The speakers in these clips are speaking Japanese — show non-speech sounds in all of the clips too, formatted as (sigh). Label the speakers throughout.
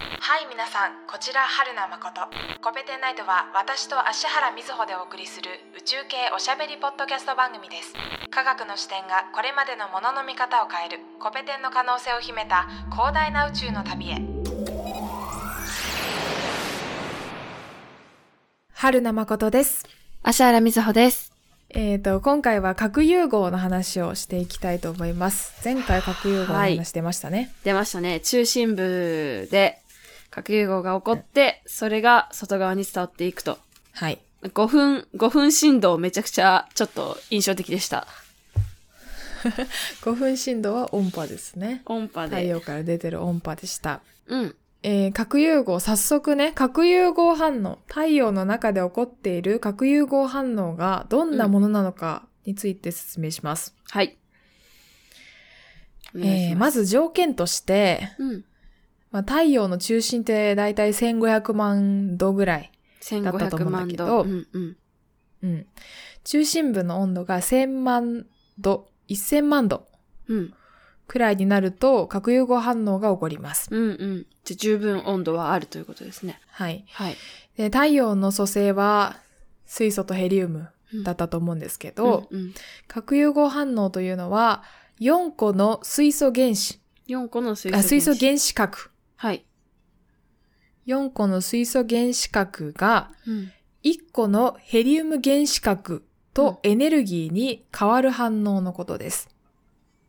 Speaker 1: はい皆さんこちら春名誠コペテンナイトは私と芦原瑞穂でお送りする宇宙系おしゃべりポッドキャスト番組です科学の視点がこれまでのものの見方を変えるコペテンの可能性を秘めた広大な宇宙の旅へ春名誠です
Speaker 2: 芦原瑞穂です。
Speaker 1: えー、と今回は核融合の話をしていきたいと思います前回核融合の話出ましたね、
Speaker 2: 出ましたね。中心部で核融合が起こって、それが外側に伝わっていくと。
Speaker 1: はい、
Speaker 2: 5分、5分振動めちゃくちゃちょっと印象的でした。
Speaker 1: 5分振動は音波ですね
Speaker 2: 音波
Speaker 1: 太
Speaker 2: で。
Speaker 1: 陽から出てる音波でした。
Speaker 2: うん。
Speaker 1: えー核融合、早速ね、核融合反応、太陽の中で起こっている核融合反応がどんなものなのかについて説明します。
Speaker 2: はい。お願い
Speaker 1: えー
Speaker 2: しま
Speaker 1: まず条件として、
Speaker 2: す。うん。
Speaker 1: まあ、太陽の中心ってだいたい1500万度ぐらい。だったと思う
Speaker 2: 1500
Speaker 1: んだ
Speaker 2: 万
Speaker 1: け
Speaker 2: 度。
Speaker 1: ど
Speaker 2: うんうん。
Speaker 1: うん。中心部の温度が1000万度、1000万度
Speaker 2: うん。
Speaker 1: くらいになると核融合反応が起こります。
Speaker 2: うんうん。じゃあ十分温度はあるということですね。
Speaker 1: はい。
Speaker 2: はい。
Speaker 1: で太陽の組成は水素とヘリウムだったと思うんですけど、
Speaker 2: うんうん、
Speaker 1: 核融合反応というのは、4個の水素原子、
Speaker 2: 4個の水素
Speaker 1: あ水素
Speaker 2: 子。
Speaker 1: 原子核。
Speaker 2: はい。
Speaker 1: 4個の水素原子核が、
Speaker 2: うん。
Speaker 1: 1個のヘリウム原子核とエネルギーに変わる反応のことです。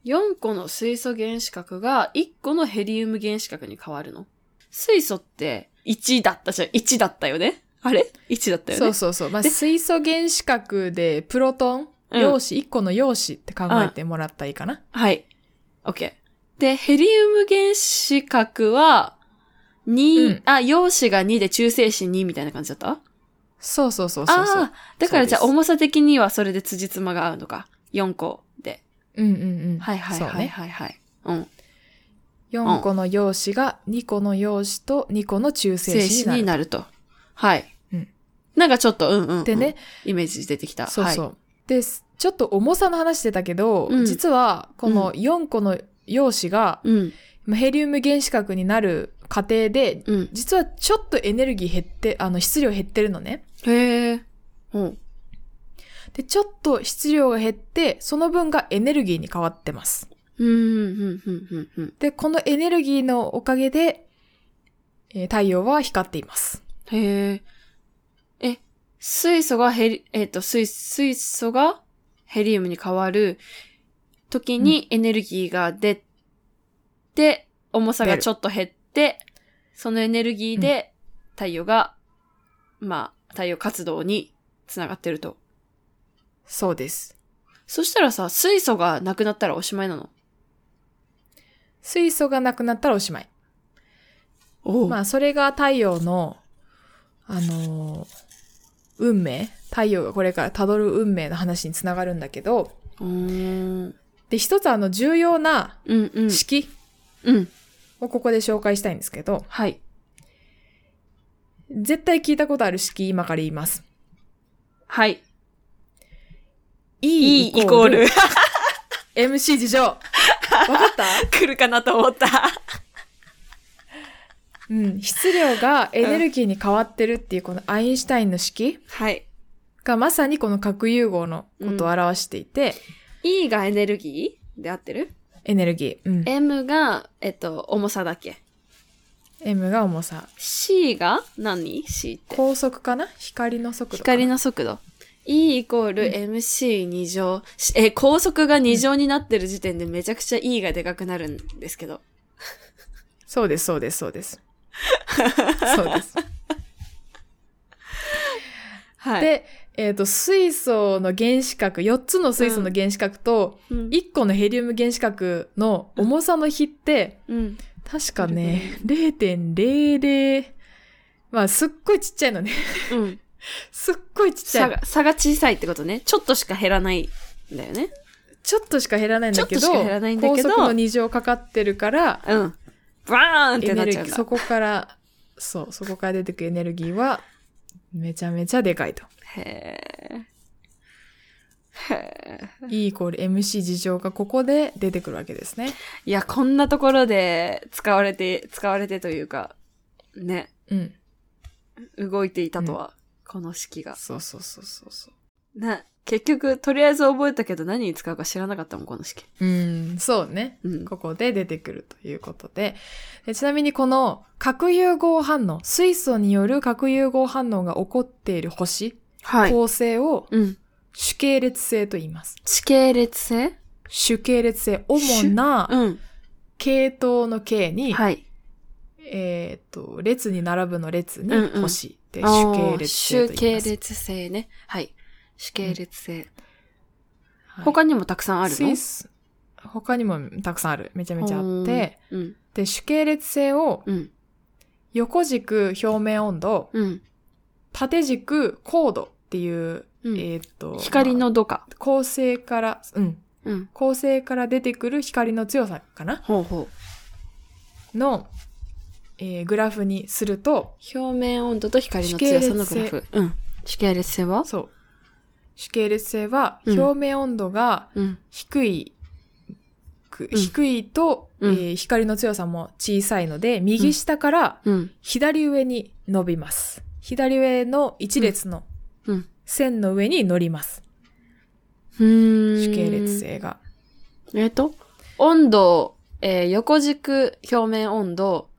Speaker 2: 4個の水素原子核が1個のヘリウム原子核に変わるの。水素って1だったじゃん。1だったよね。あれ ?1 だったよね。
Speaker 1: そうそうそう。まあ、
Speaker 2: で
Speaker 1: 水素原子核で、プロトン、
Speaker 2: うん
Speaker 1: 陽子、1個の陽子って考えてもらったらいいかな。
Speaker 2: はい。OK。で、ヘリウム原子核は2、
Speaker 1: うん
Speaker 2: あ、陽子が2で中性子2みたいな感じだった
Speaker 1: そうそうそうそうそう。
Speaker 2: ああ、だからじゃあ
Speaker 1: そうです
Speaker 2: 重さ的にはそれで辻褄が合うのか。4個で。
Speaker 1: うんうんうん。
Speaker 2: はいはい
Speaker 1: そう
Speaker 2: はい
Speaker 1: ね。
Speaker 2: はいはい。うん。
Speaker 1: 4個の陽子が2個の陽子と2個の中性
Speaker 2: 静
Speaker 1: 子に
Speaker 2: 止
Speaker 1: な
Speaker 2: に
Speaker 1: る。
Speaker 2: なると。はい。
Speaker 1: うん
Speaker 2: なんかちょっと、うんうん、うん。
Speaker 1: でね、
Speaker 2: イメージ出てきた。
Speaker 1: そうそう。
Speaker 2: はい。
Speaker 1: です。ちょっと重さの話してたけど、
Speaker 2: うん
Speaker 1: 実はこの4個の陽子が、
Speaker 2: うん、
Speaker 1: まあヘリウム原子核になる過程で、
Speaker 2: うん。
Speaker 1: 実はちょっとエネルギー減って、あの質量減ってるのね。
Speaker 2: へえ。うん。
Speaker 1: で、ちょっと質量が減って、その分がエネルギーに変わってます。
Speaker 2: うん、うん、うん、うん、うん。
Speaker 1: で、このエネルギーのおかげで、えー太陽は光っています。
Speaker 2: へえ。え、水素がヘリ、えっ、と、水、水素がヘリウムに変わる時にエネルギーが出て、重さ
Speaker 1: 出
Speaker 2: が
Speaker 1: る
Speaker 2: ちょっと減って、そのエネルギーで太陽が、まあ、太陽活動につながってると。
Speaker 1: そうです。
Speaker 2: そしたらさ、水素がなくなったらおしまいなの。
Speaker 1: 水素がなくなったらおしまい。
Speaker 2: お
Speaker 1: ま
Speaker 2: まあ、
Speaker 1: あ、それが太陽の、あのー運命太陽がこれから辿る運命の話につながるんだけど、
Speaker 2: うーん。
Speaker 1: で、一つあの、重要な
Speaker 2: うんうん。
Speaker 1: 式
Speaker 2: うん。
Speaker 1: をここで紹介したいんですけど、
Speaker 2: はい。
Speaker 1: 絶対聞いたことある式、今から言います。
Speaker 2: はい。
Speaker 1: E
Speaker 2: E イコール。 (laughs)
Speaker 1: MC 事情。わかった
Speaker 2: 来るかなと思った。
Speaker 1: うん。質量がエネルギーに変わってるっていう、このアインシュタインの式
Speaker 2: はい。
Speaker 1: がまさにこの核融合のことを表していて、
Speaker 2: E がエネルギーで合ってる
Speaker 1: エネルギー。うん。
Speaker 2: ?M が、えっと、重さだっけ。
Speaker 1: M が重さ。
Speaker 2: C が何 ?C って。
Speaker 1: 高速かな光の速度かな
Speaker 2: 光の速度。E イコール MC2 乗。しえ、高速が2乗になってる時点でめちゃくちゃ E がでかくなるんですけど。
Speaker 1: そうです、そうです、そう (laughs) です。そうです。
Speaker 2: はい。、
Speaker 1: で、えっ、と、水素の原子核、4つの水素の原子核と、
Speaker 2: うん、
Speaker 1: 1個のヘリウム原子核の重さの比って、
Speaker 2: うん。
Speaker 1: 確かね、0.00、まあ、すっごいちっちゃいのね。 (laughs)
Speaker 2: うん。
Speaker 1: すっごいちっちゃ
Speaker 2: 差
Speaker 1: い。
Speaker 2: が、差が小さいってことね。ちょっとしか減らないんだよね。
Speaker 1: ちょっとしか減らないんだけど、
Speaker 2: ちょっとしか減らないんだけど
Speaker 1: 高速の2乗かかってるから、
Speaker 2: うん。バーンって
Speaker 1: エネ
Speaker 2: なっ
Speaker 1: ル
Speaker 2: ち
Speaker 1: ギ
Speaker 2: ゃうん
Speaker 1: ー、
Speaker 2: だ。
Speaker 1: そこから、そう、そこから出てくるエネルギーは、めちゃめちゃでかい
Speaker 2: (laughs)
Speaker 1: と。
Speaker 2: へえ。へえ。
Speaker 1: E イコール MC 事情がここで出てくるわけですね。
Speaker 2: いや、こんなところで使われて、使われてというか、ね、
Speaker 3: うん。
Speaker 2: 動いていたとは、この式が。
Speaker 3: そうそうそうそうそう。
Speaker 2: ね、結局、とりあえず覚えたけど何に使うか知らなかったもん、この式。
Speaker 3: うん、そうね。
Speaker 2: うん。
Speaker 3: ここで出てくるということででちなみにこの核融合反応、水素による核融合反応が起こっている星、
Speaker 2: はい。
Speaker 3: 構成を
Speaker 2: うん。
Speaker 3: 主系列性と言います。
Speaker 2: 地形列性
Speaker 3: 主系列性、主な
Speaker 2: うん。
Speaker 3: 系統の系に、
Speaker 2: はい。
Speaker 3: えっ、と、列に並ぶの列に
Speaker 2: うんうん
Speaker 3: 星で
Speaker 2: あ
Speaker 3: 主
Speaker 2: ー
Speaker 3: 系列性と言い
Speaker 2: 集計
Speaker 3: ます。
Speaker 2: 列性ね。はい。主系列性。
Speaker 3: はい
Speaker 2: 他にもたくさんあるの
Speaker 3: 水素他にもたくさんある。めちゃめちゃあって、
Speaker 2: うん。
Speaker 3: で、主系列性を
Speaker 2: うん。
Speaker 3: 横軸表面温度、
Speaker 2: うん。
Speaker 3: 縦軸高度っていう、
Speaker 2: うん
Speaker 3: えっ、と、
Speaker 2: 光
Speaker 3: ま
Speaker 2: の度か。
Speaker 3: あ恒星から、うん、
Speaker 2: うん。
Speaker 3: 恒星から出てくる光の強さかな
Speaker 2: ほうほ
Speaker 3: の、えーグラフにすると、
Speaker 2: う。表面温度と光の強さのグラフ。うん。主系列性は
Speaker 3: そう。主系列性は、
Speaker 2: うん
Speaker 3: 表面温度が
Speaker 2: うん。
Speaker 3: 低い、く
Speaker 2: うん
Speaker 3: 低いと、
Speaker 2: うん
Speaker 3: えー光の強さも小さいので、右下から
Speaker 2: うん。
Speaker 3: 左上に伸びます。左上の一列の
Speaker 2: うんうん
Speaker 3: 線の上に乗ります。
Speaker 2: うーん。
Speaker 3: 主系列。性が。
Speaker 2: えっと、温度、えー横軸表面温度、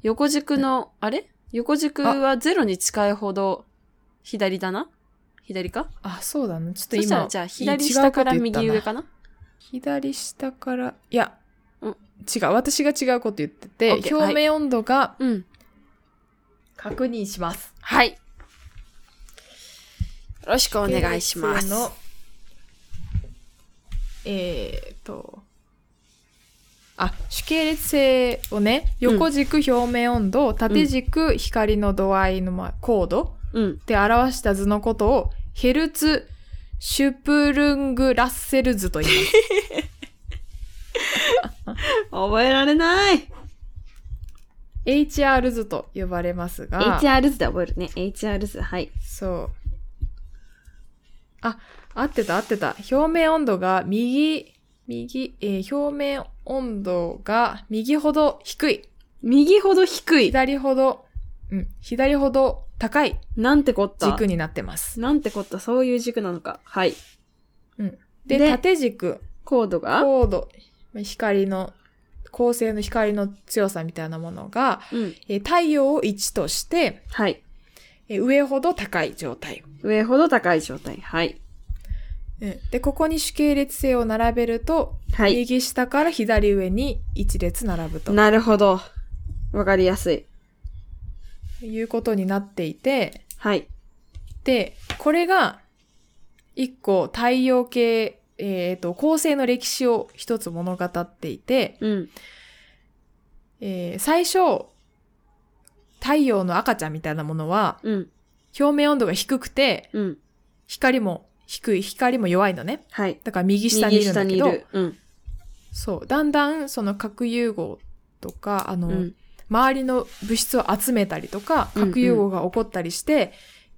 Speaker 2: 横軸の、あれ横軸はゼロに近いほど左だな左か
Speaker 3: あ、そうだね。ちょっと
Speaker 2: そした
Speaker 3: 今
Speaker 2: ら、じゃあ左下から右上か
Speaker 3: な
Speaker 2: な
Speaker 3: 左下から、いや、
Speaker 2: うん
Speaker 3: 違う。私が違うこと言ってて、
Speaker 2: OK
Speaker 3: 表面温度が
Speaker 2: うん。
Speaker 3: 確認します。
Speaker 2: はい。よろしくお願いします。
Speaker 3: のえー、と、あ、主系列性をね、
Speaker 2: うん
Speaker 3: 横軸表面温度、縦軸光の度合いの、まあ、高度
Speaker 2: うん。
Speaker 3: で表した図のことを、ヘルツ・シュプルング・ラッセル図と言い
Speaker 2: (laughs)
Speaker 3: ます。
Speaker 2: 覚えられない。
Speaker 3: HR 図と呼ばれますが、
Speaker 2: HR 図で覚えるね。HR 図。はい。
Speaker 3: そう。あ、合ってた合ってた。表面温度が右、右、えー表面温度が右ほど低い。
Speaker 2: 右ほど低い。
Speaker 3: 左ほど、うん、左ほど高い
Speaker 2: なんてこった。
Speaker 3: 軸になってます。
Speaker 2: なんてこった。そういう軸なのか。はい。
Speaker 3: で、
Speaker 2: で
Speaker 3: 縦軸、
Speaker 2: 高度が
Speaker 3: 高度、光の、恒星の光の強さみたいなものが、
Speaker 2: うん。
Speaker 3: えー太陽を1として、
Speaker 2: はい。
Speaker 3: えー上ほど高い状態。
Speaker 2: 上ほど高い状態。はい。
Speaker 3: うんで、ここに主系列性を並べると、
Speaker 2: はい。
Speaker 3: 右下から左上に一列並ぶと
Speaker 2: なるほど。わかりやすい。
Speaker 3: いうことになっていて、
Speaker 2: はい。
Speaker 3: で、これが一個太陽系、えっ、と、恒星の歴史を一つ物語っていて、
Speaker 2: うん。
Speaker 3: えー最初、太陽の赤ちゃんみたいなものは、
Speaker 2: うん。
Speaker 3: 表面温度が低くて、
Speaker 2: うん。
Speaker 3: 光も低い、光も弱いのね。
Speaker 2: はい。
Speaker 3: だから右下にいるんだけ
Speaker 2: 右
Speaker 3: ど
Speaker 2: 下、うん。
Speaker 3: そう、だんだんその核融合とか、あの、
Speaker 2: うん。
Speaker 3: 周りの物質を集めたりとか、
Speaker 2: うんうん
Speaker 3: 核融合が起こったりして、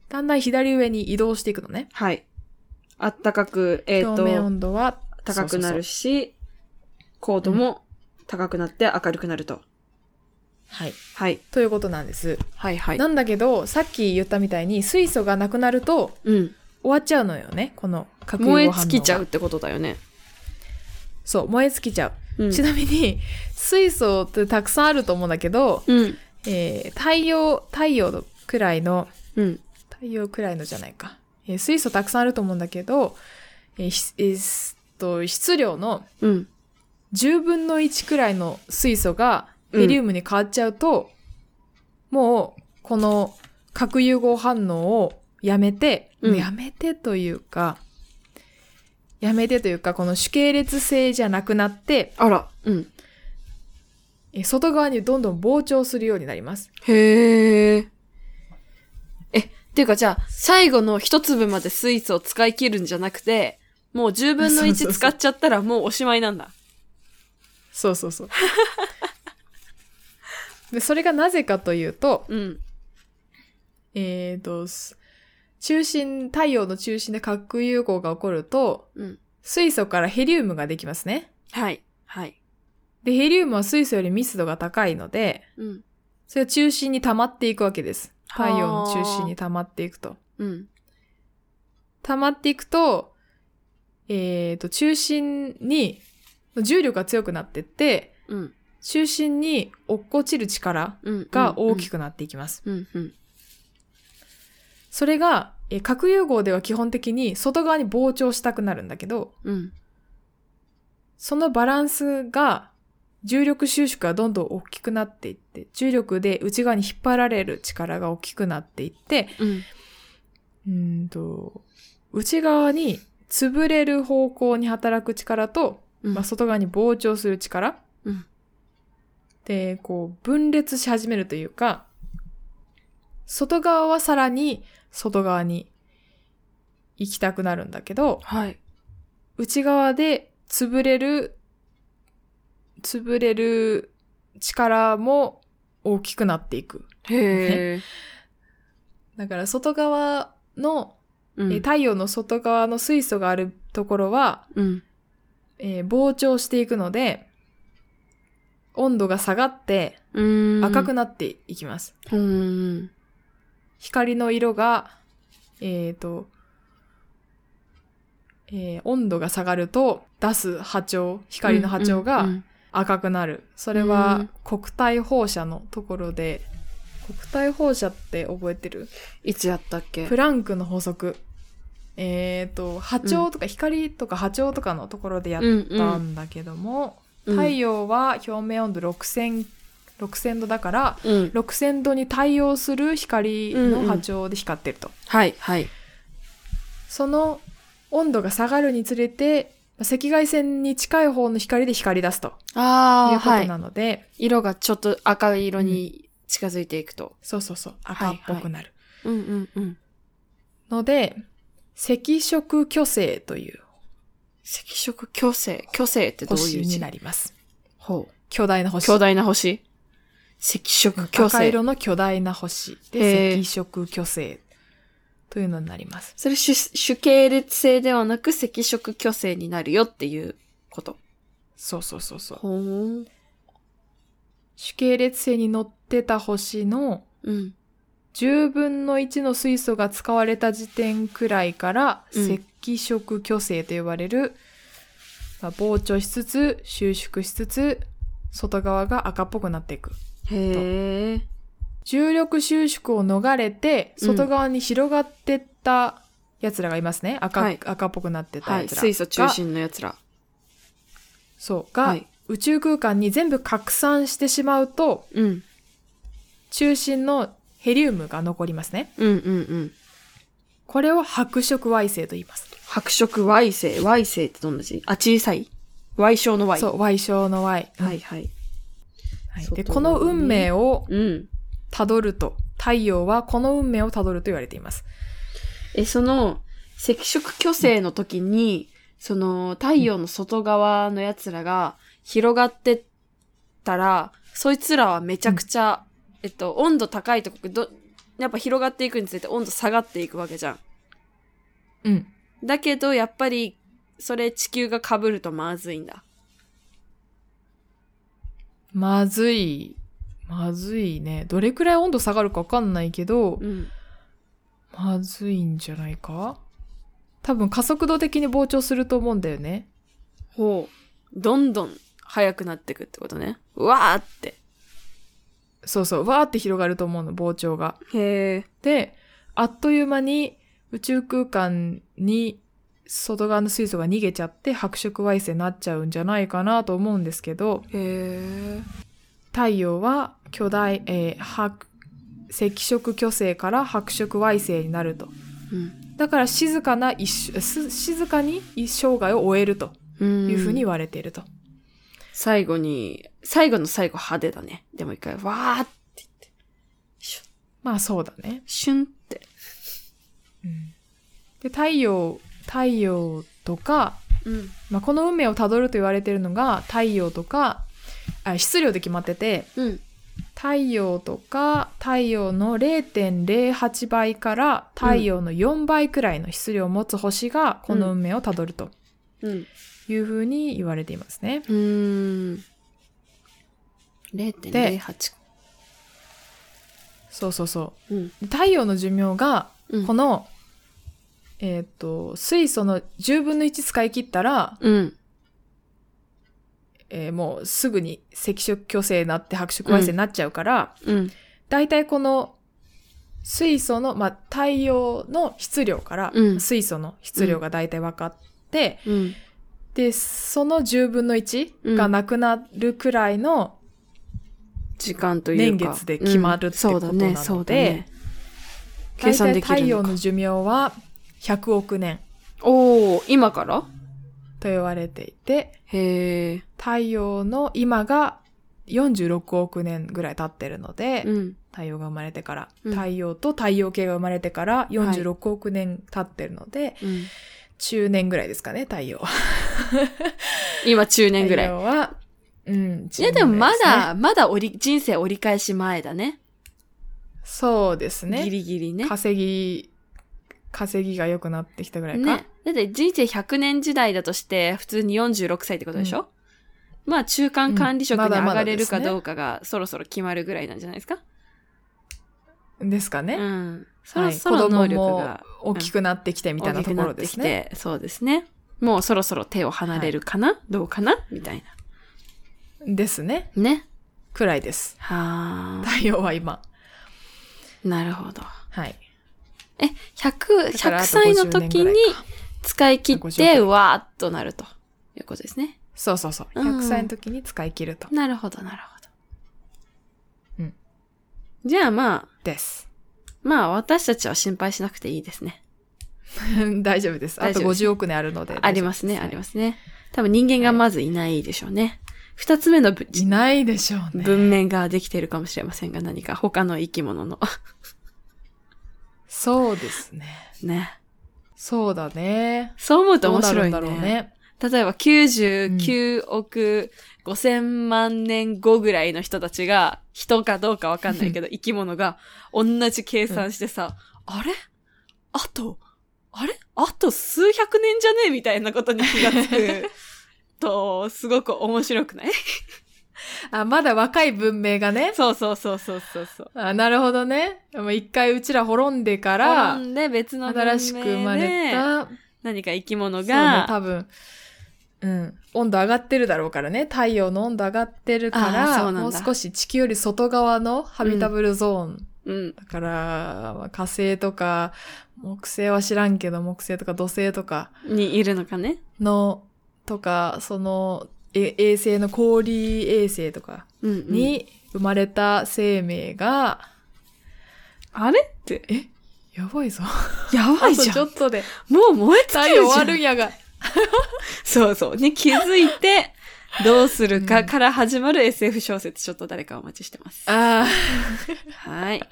Speaker 3: だんだん左上に移動していくのね。
Speaker 2: はい。あったかく、えっ、
Speaker 3: 表面
Speaker 2: と、
Speaker 3: 温度は
Speaker 2: 高くなる
Speaker 3: し。
Speaker 2: し、高度も高くなって明るくなると。
Speaker 3: はい。
Speaker 2: はい。
Speaker 3: ということなんです。
Speaker 2: はいはい。
Speaker 3: なんだけど、さっき言ったみたいに水素がなくなると
Speaker 2: うん。
Speaker 3: 終わっちゃうのよね。この核融合
Speaker 2: 燃
Speaker 3: 反
Speaker 2: え
Speaker 3: 応が。
Speaker 2: 尽きちゃうってことだよね。
Speaker 3: そう、燃え尽きちゃう。
Speaker 2: うん。
Speaker 3: ちなみに、水素ってたくさんあると思うんだけど、
Speaker 2: うん。
Speaker 3: えー太陽、太陽くらいの、
Speaker 2: うん。
Speaker 3: 太陽くらいのじゃないか。えー水素たくさんあると思うんだけど、えーひえーすと質量の
Speaker 2: うん。
Speaker 3: 10分の1くらいの水素が
Speaker 2: うん
Speaker 3: ヘリウムに変わっちゃうと、もうこの核融合反応をやめて、
Speaker 2: うん
Speaker 3: やめてというか、やめてというか、この主系列性じゃなくなって、
Speaker 2: あら。うん。
Speaker 3: え外側にどんどん膨張するようになります。
Speaker 2: へえ。え、っていうかじゃあ、最後の一粒まで水素を使い切るんじゃなくて、もう10分の
Speaker 3: そうそうそ
Speaker 2: 1
Speaker 3: う
Speaker 2: 使っちゃったらもうおしまいなんだ。
Speaker 3: そうそうそう。 (laughs) でそれがなぜかというと、
Speaker 2: うん。
Speaker 3: えー、と、す中心、太陽の中心で核融合が起こると、
Speaker 2: うん。
Speaker 3: 水素からヘリウムができますね。
Speaker 2: はい。はい。
Speaker 3: で、ヘリウムは水素より密度が高いので、
Speaker 2: うん。
Speaker 3: それが中心に溜まっていくわけです。太陽の中心に溜まっていくと。
Speaker 2: うん。
Speaker 3: 溜まっていくと、えっ、と、中心に、重力が強くなってって、
Speaker 2: うん。
Speaker 3: 中心に落っこちる力
Speaker 2: うん。
Speaker 3: が大き
Speaker 2: く。
Speaker 3: くなっていきます。
Speaker 2: うん。うん。
Speaker 3: それが、えー核融合では基本的に外側に膨張したくなるんだけど、
Speaker 2: うん。
Speaker 3: そのバランスが、重力収縮がどんどん大きくなっていって、重力で内側に引っ張られる力が大きくなっていって、
Speaker 2: うん。
Speaker 3: うーんと、内側に潰れる方向に働く力と、
Speaker 2: うん。
Speaker 3: まあ、外側に膨張する力、
Speaker 2: うん
Speaker 3: で、こう、分裂し始めるというか、外側はさらに外側に行きたくなるんだけど、
Speaker 2: はい。
Speaker 3: 内側で潰れる、潰れる力も大きくなっていく。
Speaker 2: へえ。
Speaker 3: だから外側の、
Speaker 2: う
Speaker 3: えー
Speaker 2: ん。
Speaker 3: 太陽の外側の水素があるところは、
Speaker 2: うん。
Speaker 3: えー膨張していくので、温度が下がって
Speaker 2: うーん。
Speaker 3: 赤くなっていきます。
Speaker 2: うーん。
Speaker 3: 光の色が、えっ、と、えー温度が下がると出す波長、光の波長が、
Speaker 2: うん
Speaker 3: 赤くなる。それ
Speaker 2: う
Speaker 3: は
Speaker 2: ん
Speaker 3: 国体放射のところで、国体放射って覚えてる
Speaker 2: いつやったっけ
Speaker 3: プランクの法則。えっ、と、波長とか光とか波長とかのところでやっ
Speaker 2: うん
Speaker 3: たんだけども、
Speaker 2: うん
Speaker 3: 太陽は表面温度6000、6000度だから、
Speaker 2: うん。
Speaker 3: 6000度に対応する光の波長で光ってると。
Speaker 2: はい、はい。
Speaker 3: その温度が下がるにつれて、赤外線に近い方の光で光り出すとい
Speaker 2: あ
Speaker 3: う
Speaker 2: あ、
Speaker 3: こと
Speaker 2: はい。
Speaker 3: なので、
Speaker 2: 色がちょっと赤い色に近づいていくと。
Speaker 3: そうそうそう、
Speaker 2: はい
Speaker 3: 赤っぽくなる。
Speaker 2: うんうんうん。
Speaker 3: ので、赤色巨星という
Speaker 2: 赤色巨星。巨星ってどうい
Speaker 3: 星
Speaker 2: う字
Speaker 3: になります。
Speaker 2: ほう。
Speaker 3: 巨大な星。
Speaker 2: 巨大な星赤色巨
Speaker 3: 赤
Speaker 2: 星。
Speaker 3: 色の巨大な星
Speaker 2: へ
Speaker 3: で
Speaker 2: ー
Speaker 3: 赤色巨星というのになります。
Speaker 2: それ主、主系列性ではなく赤色巨星になるよっていうこと。
Speaker 3: そうそうそうそう。
Speaker 2: ほーん。
Speaker 3: 主系列星に乗ってた星の
Speaker 2: うん。
Speaker 3: 10分の1の水素が使われた時点くらいから、
Speaker 2: うん
Speaker 3: 赤色巨星と呼ばれる、まあ膨張しつつ、収縮しつつ、外側が赤っぽくなっていく。
Speaker 2: へえ。
Speaker 3: 重力収縮を逃れて
Speaker 2: うん
Speaker 3: 外側に広がってったやつらがいますね、赤
Speaker 2: はい
Speaker 3: 赤っぽくなってた
Speaker 2: は
Speaker 3: や
Speaker 2: い。
Speaker 3: つらが、
Speaker 2: 水素中心のやつら。
Speaker 3: そうが、
Speaker 2: はい。
Speaker 3: 宇宙空間に全部拡散してしまうと
Speaker 2: うん。
Speaker 3: 中心のヘリウムが残りますね
Speaker 2: うんうんうん。
Speaker 3: これを白色矮星と言います
Speaker 2: 白色 Y 星。Y 星ってどんな字あ、小さい ?Y 小の Y。
Speaker 3: そう Y 小の Y、
Speaker 2: はいはい。
Speaker 3: はい
Speaker 2: 外
Speaker 3: で
Speaker 2: 側
Speaker 3: この運命を
Speaker 2: うん。
Speaker 3: たどると太陽はこの運命をたどると言われています
Speaker 2: え、その、赤色巨星の時に、その、太陽の外側の奴らが広がってったら、そいつらはめちゃくちゃ、えっと、温度高いとこ、ど、やっぱ広がっていくにつれて温度下がっていくわけじゃん。
Speaker 3: うん
Speaker 2: だけど、やっぱり、それ地球が被るとまずいんだ。
Speaker 3: まずいまずいねどれくらい温度下がるかわかんないけど、
Speaker 2: うん。
Speaker 3: まずいんじゃないか多分加速度的に膨張すると思うんだよね。
Speaker 2: ほう。どんどん速くなっていくってことね。うわーって。
Speaker 3: そうそう、わーって広がると思うの、膨張が。
Speaker 2: へえ。
Speaker 3: で、あっという間に宇宙空間に外側の水素が逃げちゃって白色矮星になっちゃうんじゃないかなと思うんですけど、
Speaker 2: へえ。
Speaker 3: 太陽は巨大、えー白、赤色巨星から白色矮星になると。
Speaker 2: うん。
Speaker 3: だから静かな一生、す静かに一生涯を終えると
Speaker 2: うん
Speaker 3: いうふうに言われていると。
Speaker 2: 最後に、最後の最後派手だね。でも一回、わーって言って、シュッ
Speaker 3: まあそうだね。
Speaker 2: シュンって。
Speaker 3: で太陽太陽とか、
Speaker 2: うん。
Speaker 3: まあ、この運命をたどると言われているのが太陽とかあ質量で決まってて
Speaker 2: うん。
Speaker 3: 太陽とか太陽の0.08倍から太陽の4倍くらいの質量を持つ星がこの運命をたどると
Speaker 2: うん。
Speaker 3: いうふうに言われていますね。
Speaker 2: うーん。0.08。
Speaker 3: そうそうそう
Speaker 2: うん。
Speaker 3: で太陽の寿命が
Speaker 2: うん
Speaker 3: この、えーっと水素の10分の1使い切ったら、
Speaker 2: うん。
Speaker 3: えーもうすぐに赤色巨星になって白色矮星になっちゃうから、
Speaker 2: うん。
Speaker 3: だいたいこの水素の、まあ、太陽の質量から、
Speaker 2: うん
Speaker 3: 水素の質量がだいたい分かって、
Speaker 2: うん。
Speaker 3: でその10分の
Speaker 2: うん
Speaker 3: 1がなくなるくらいの、
Speaker 2: 時間というか。
Speaker 3: 年月で決まるってことなので
Speaker 2: うんそうだね、そうだね。計
Speaker 3: 大体
Speaker 2: 算でき
Speaker 3: 太
Speaker 2: る
Speaker 3: 陽
Speaker 2: のか
Speaker 3: の。寿命は100億年
Speaker 2: おお今から
Speaker 3: と言われていて、
Speaker 2: へえ。
Speaker 3: 太陽の今が46億年ぐらい経ってるので、
Speaker 2: うん。
Speaker 3: 太陽が生まれてから、
Speaker 2: うん
Speaker 3: 太陽と太陽系が生まれてから46億年経ってるので、
Speaker 2: うん。
Speaker 3: 中年ぐらいですかね太陽は
Speaker 2: 今中年ぐらい。
Speaker 3: 太陽はうん
Speaker 2: いやでも
Speaker 3: 中年ぐら
Speaker 2: ま
Speaker 3: いすね
Speaker 2: だ、まだ折り、人生折り返し前だね。
Speaker 3: そうですね
Speaker 2: ギリギリね。
Speaker 3: 稼ぎ稼ぎが良くなってきたぐらいか、
Speaker 2: ね。だって人生100年時代だとして、普通に46歳ってことでしょ、まあ中間管理職に
Speaker 3: うんまだ
Speaker 2: 上
Speaker 3: まだ
Speaker 2: がれるか
Speaker 3: ですね
Speaker 2: どうかがそろそろ決まるぐらいなんじゃないですか
Speaker 3: ですか
Speaker 2: う
Speaker 3: ね、
Speaker 2: ん。そ
Speaker 3: は
Speaker 2: ろ
Speaker 3: い、
Speaker 2: そ
Speaker 3: 子
Speaker 2: ろ能
Speaker 3: 供
Speaker 2: 力
Speaker 3: も
Speaker 2: が
Speaker 3: 大きくなってきてみたいな
Speaker 2: 大き
Speaker 3: と
Speaker 2: く
Speaker 3: こ
Speaker 2: な
Speaker 3: ろ
Speaker 2: っ
Speaker 3: で
Speaker 2: て
Speaker 3: す
Speaker 2: き
Speaker 3: ね。
Speaker 2: て、そうですね。もうそろそろ手を離れるかな、どうかなみたい
Speaker 3: ですね。
Speaker 2: な。ね。
Speaker 3: くらいです。
Speaker 2: はあ。
Speaker 3: 太陽は今。
Speaker 2: なるほど。
Speaker 3: はい。
Speaker 2: え、100、
Speaker 3: だか
Speaker 2: 100
Speaker 3: らあと
Speaker 2: 歳の時
Speaker 3: 50年ぐ
Speaker 2: に
Speaker 3: らいか
Speaker 2: 使い切っ
Speaker 3: 50ぐら
Speaker 2: て、
Speaker 3: い
Speaker 2: わーっとなるということですね。
Speaker 3: そうそうそう。
Speaker 2: うん
Speaker 3: 100歳の時に使い切ると。
Speaker 2: なるほど、なるほど。
Speaker 3: うん。
Speaker 2: じゃあまあ、
Speaker 3: です。 (laughs)
Speaker 2: まあ私たちは心配しなくていいですね。
Speaker 3: 大丈夫です。あ
Speaker 2: 大丈
Speaker 3: と
Speaker 2: 夫です
Speaker 3: 50億年あるので。
Speaker 2: ありますね、あり
Speaker 3: ま
Speaker 2: ますね。多分人間がまずいないでしょうね。二、つ目のぶ
Speaker 3: いないでしょうね。
Speaker 2: 文面ができているかもしれませんが、何か他の生き物
Speaker 3: (laughs)
Speaker 2: の。
Speaker 3: そうですね。
Speaker 2: ね。
Speaker 3: そうだね。
Speaker 2: そう思うと面
Speaker 3: どうな
Speaker 2: 白
Speaker 3: る
Speaker 2: い
Speaker 3: んだ
Speaker 2: ね。
Speaker 3: ろうね。
Speaker 2: 例えば99億5000万年後ぐらいの人たちが、人かどうかわかんないけ (laughs) ど、生き物が同じ計算してさ、あれあと、あれあと数百年じゃねえみたいなことに気がつ (laughs) くと、すごく面白くない
Speaker 3: あ、まだ若い文明がね。
Speaker 2: そうそうそうそうそうそう。
Speaker 3: あなるほどね。もう一回うちら滅んでから
Speaker 2: な、んで別の文明で
Speaker 3: 新しく生まれた、
Speaker 2: 何か生き物
Speaker 3: そうね、
Speaker 2: が、
Speaker 3: 多分、うん、温度上がってるだろうからね太陽の温度上がってるか
Speaker 2: あーそう
Speaker 3: ら
Speaker 2: なんだ
Speaker 3: もう少し地球より外側のハビタブルゾーン、
Speaker 2: うん、
Speaker 3: だから、まあ火星とか木星は知らんけど木星とか土星とか
Speaker 2: にいるのかね。
Speaker 3: のとかそのえ衛星の氷衛星とか
Speaker 2: うん、うん。
Speaker 3: に生まれた生命が、
Speaker 2: あれって、
Speaker 3: やばいぞ。
Speaker 2: やば
Speaker 3: あ
Speaker 2: い
Speaker 3: と
Speaker 2: じゃ
Speaker 3: ちょ
Speaker 2: ん。
Speaker 3: っとで
Speaker 2: もう燃え尽きるじゃん。
Speaker 3: 太陽終わるん
Speaker 2: (laughs)
Speaker 3: やが。
Speaker 2: そうそう。に気づい
Speaker 3: (laughs)
Speaker 2: て、どうする
Speaker 3: う
Speaker 2: か
Speaker 3: ん
Speaker 2: から始まる SF 小説、ちょっと誰かお待ちしてます。
Speaker 3: あ
Speaker 2: はい。
Speaker 3: あ、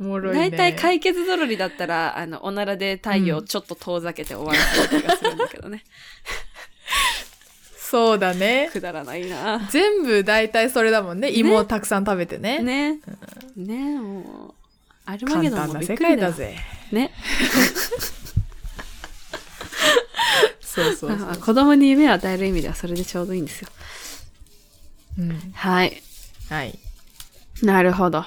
Speaker 3: おもろいね。
Speaker 2: 大体、解決ぞろりだったら、あの、おならで太陽をちょっと遠ざけて終わる気がするんだけ
Speaker 3: (laughs)
Speaker 2: どね。
Speaker 3: そうだね。
Speaker 2: くだらないな
Speaker 3: 全部大体それだもんね。
Speaker 2: ね
Speaker 3: 芋をたくさん食べてね。
Speaker 2: ね。ねもう。アルマゲ
Speaker 3: 簡
Speaker 2: ドン
Speaker 3: 単
Speaker 2: も
Speaker 3: な
Speaker 2: びっ
Speaker 3: 世
Speaker 2: くり
Speaker 3: 界
Speaker 2: だ
Speaker 3: だ
Speaker 2: よ。
Speaker 3: ぜ。
Speaker 2: ね。
Speaker 3: そうそう
Speaker 2: (laughs)
Speaker 3: そう
Speaker 2: あ。子供に夢を与える意味ではそれでちょうどいいんですよ。
Speaker 3: うん、
Speaker 2: はい。
Speaker 3: はい。
Speaker 2: なるほど。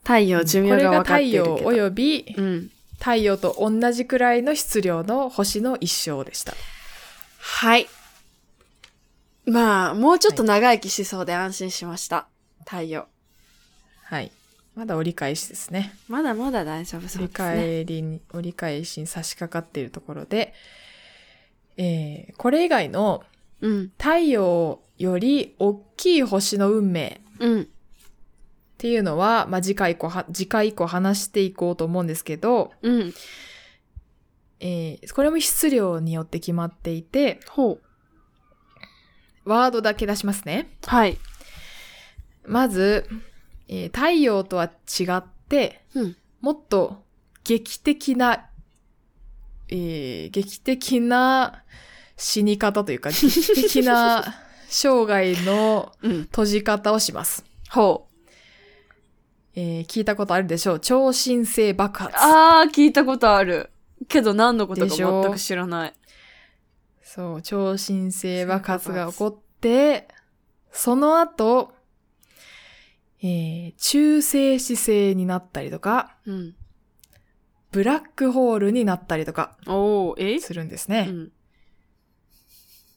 Speaker 2: 太陽寿
Speaker 3: こ
Speaker 2: 命
Speaker 3: れ
Speaker 2: が
Speaker 3: が
Speaker 2: 分かって
Speaker 3: 太
Speaker 2: いるけど。
Speaker 3: 陽および
Speaker 2: うん。
Speaker 3: 太陽と同じくらいの質量の星の一生でした。
Speaker 2: はい。まあ、もうちょっと長生きしそうで安心しました。太陽。
Speaker 3: はい。まだ折り返しですね。
Speaker 2: まだまだ大丈夫そうです
Speaker 3: 折り
Speaker 2: ね。
Speaker 3: 返りに、折り返しに差し掛かっているところで、えーこれ以外の
Speaker 2: うん。
Speaker 3: 太陽より大きい星の運命
Speaker 2: うん。
Speaker 3: っていうのは、まあ、次回以降は、次回以降話していこうと思うんですけど、
Speaker 2: うん。
Speaker 3: えーこれも質量によって決まっていて、
Speaker 2: ほう。
Speaker 3: ワードだけ出しますね。
Speaker 2: はい。
Speaker 3: まず、えー太陽とは違って、
Speaker 2: うん
Speaker 3: もっと劇的な、えー劇的な死に
Speaker 2: (laughs)
Speaker 3: 方というか、劇的な生涯の
Speaker 2: うん。
Speaker 3: 閉じ方をします。
Speaker 2: ほう。
Speaker 3: えー聞いたことあるでしょう超新星爆発。
Speaker 2: あー、聞いたことある。けど何のことか
Speaker 3: でしょ
Speaker 2: 全く知らない。
Speaker 3: そう、超新星爆発が起こって、その後、ええー中性子星になったりとか、
Speaker 2: うん。
Speaker 3: ブラックホールになったりとか
Speaker 2: おー、え
Speaker 3: するんですね。
Speaker 2: うん。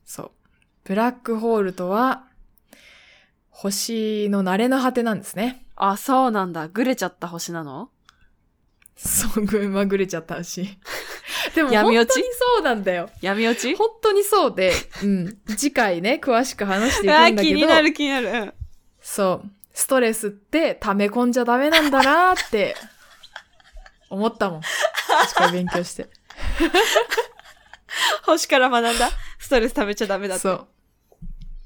Speaker 3: そう。ブラックホールとは、星の慣れの果てなんですね。
Speaker 2: あ、そうなんだ。ぐれちゃった星なの
Speaker 3: そう、ぐまぐれちゃっ
Speaker 2: (laughs)
Speaker 3: たし。でも、
Speaker 2: 闇
Speaker 3: 本
Speaker 2: 落ち
Speaker 3: 当にそうなんだよ。
Speaker 2: 闇落ち
Speaker 3: 本当にそうで、うん。次回ね、詳しく話していくん
Speaker 2: あ
Speaker 3: だけ
Speaker 2: ー、
Speaker 3: ど。
Speaker 2: 気になる気になる。うん
Speaker 3: そう。ストレスって溜め込んじゃダメなんだなーって思っ
Speaker 2: (laughs)
Speaker 3: たもん。確かに勉強して。
Speaker 2: 星から学んだ。ストレス食べちゃダメだって。
Speaker 3: そう。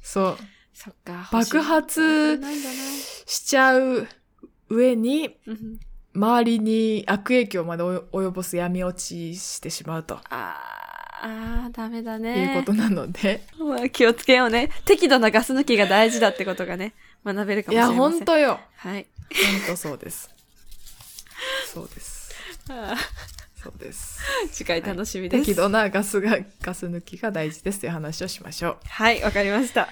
Speaker 3: そう。
Speaker 2: そっか。
Speaker 3: 爆発
Speaker 2: 星ないんだな
Speaker 3: しちゃう上に、
Speaker 2: うん
Speaker 3: 周りに悪影響まで及ぼす闇落ちしてしまうと
Speaker 2: あー、あーダメだ
Speaker 3: い
Speaker 2: ね。
Speaker 3: うことなので。
Speaker 2: (laughs) まあ、気をつけようね。適度なガス抜きが大事だってことがね、学べるか
Speaker 3: い
Speaker 2: もしれ
Speaker 3: や、
Speaker 2: ません。
Speaker 3: ほんとよ。
Speaker 2: はい。
Speaker 3: ほんとそうです。そうです。
Speaker 2: あ
Speaker 3: そうです。
Speaker 2: ー次回楽しみです。
Speaker 3: 適度なガスが、ガス抜きが大事ですという話をしましょう。
Speaker 2: はい、わかりました。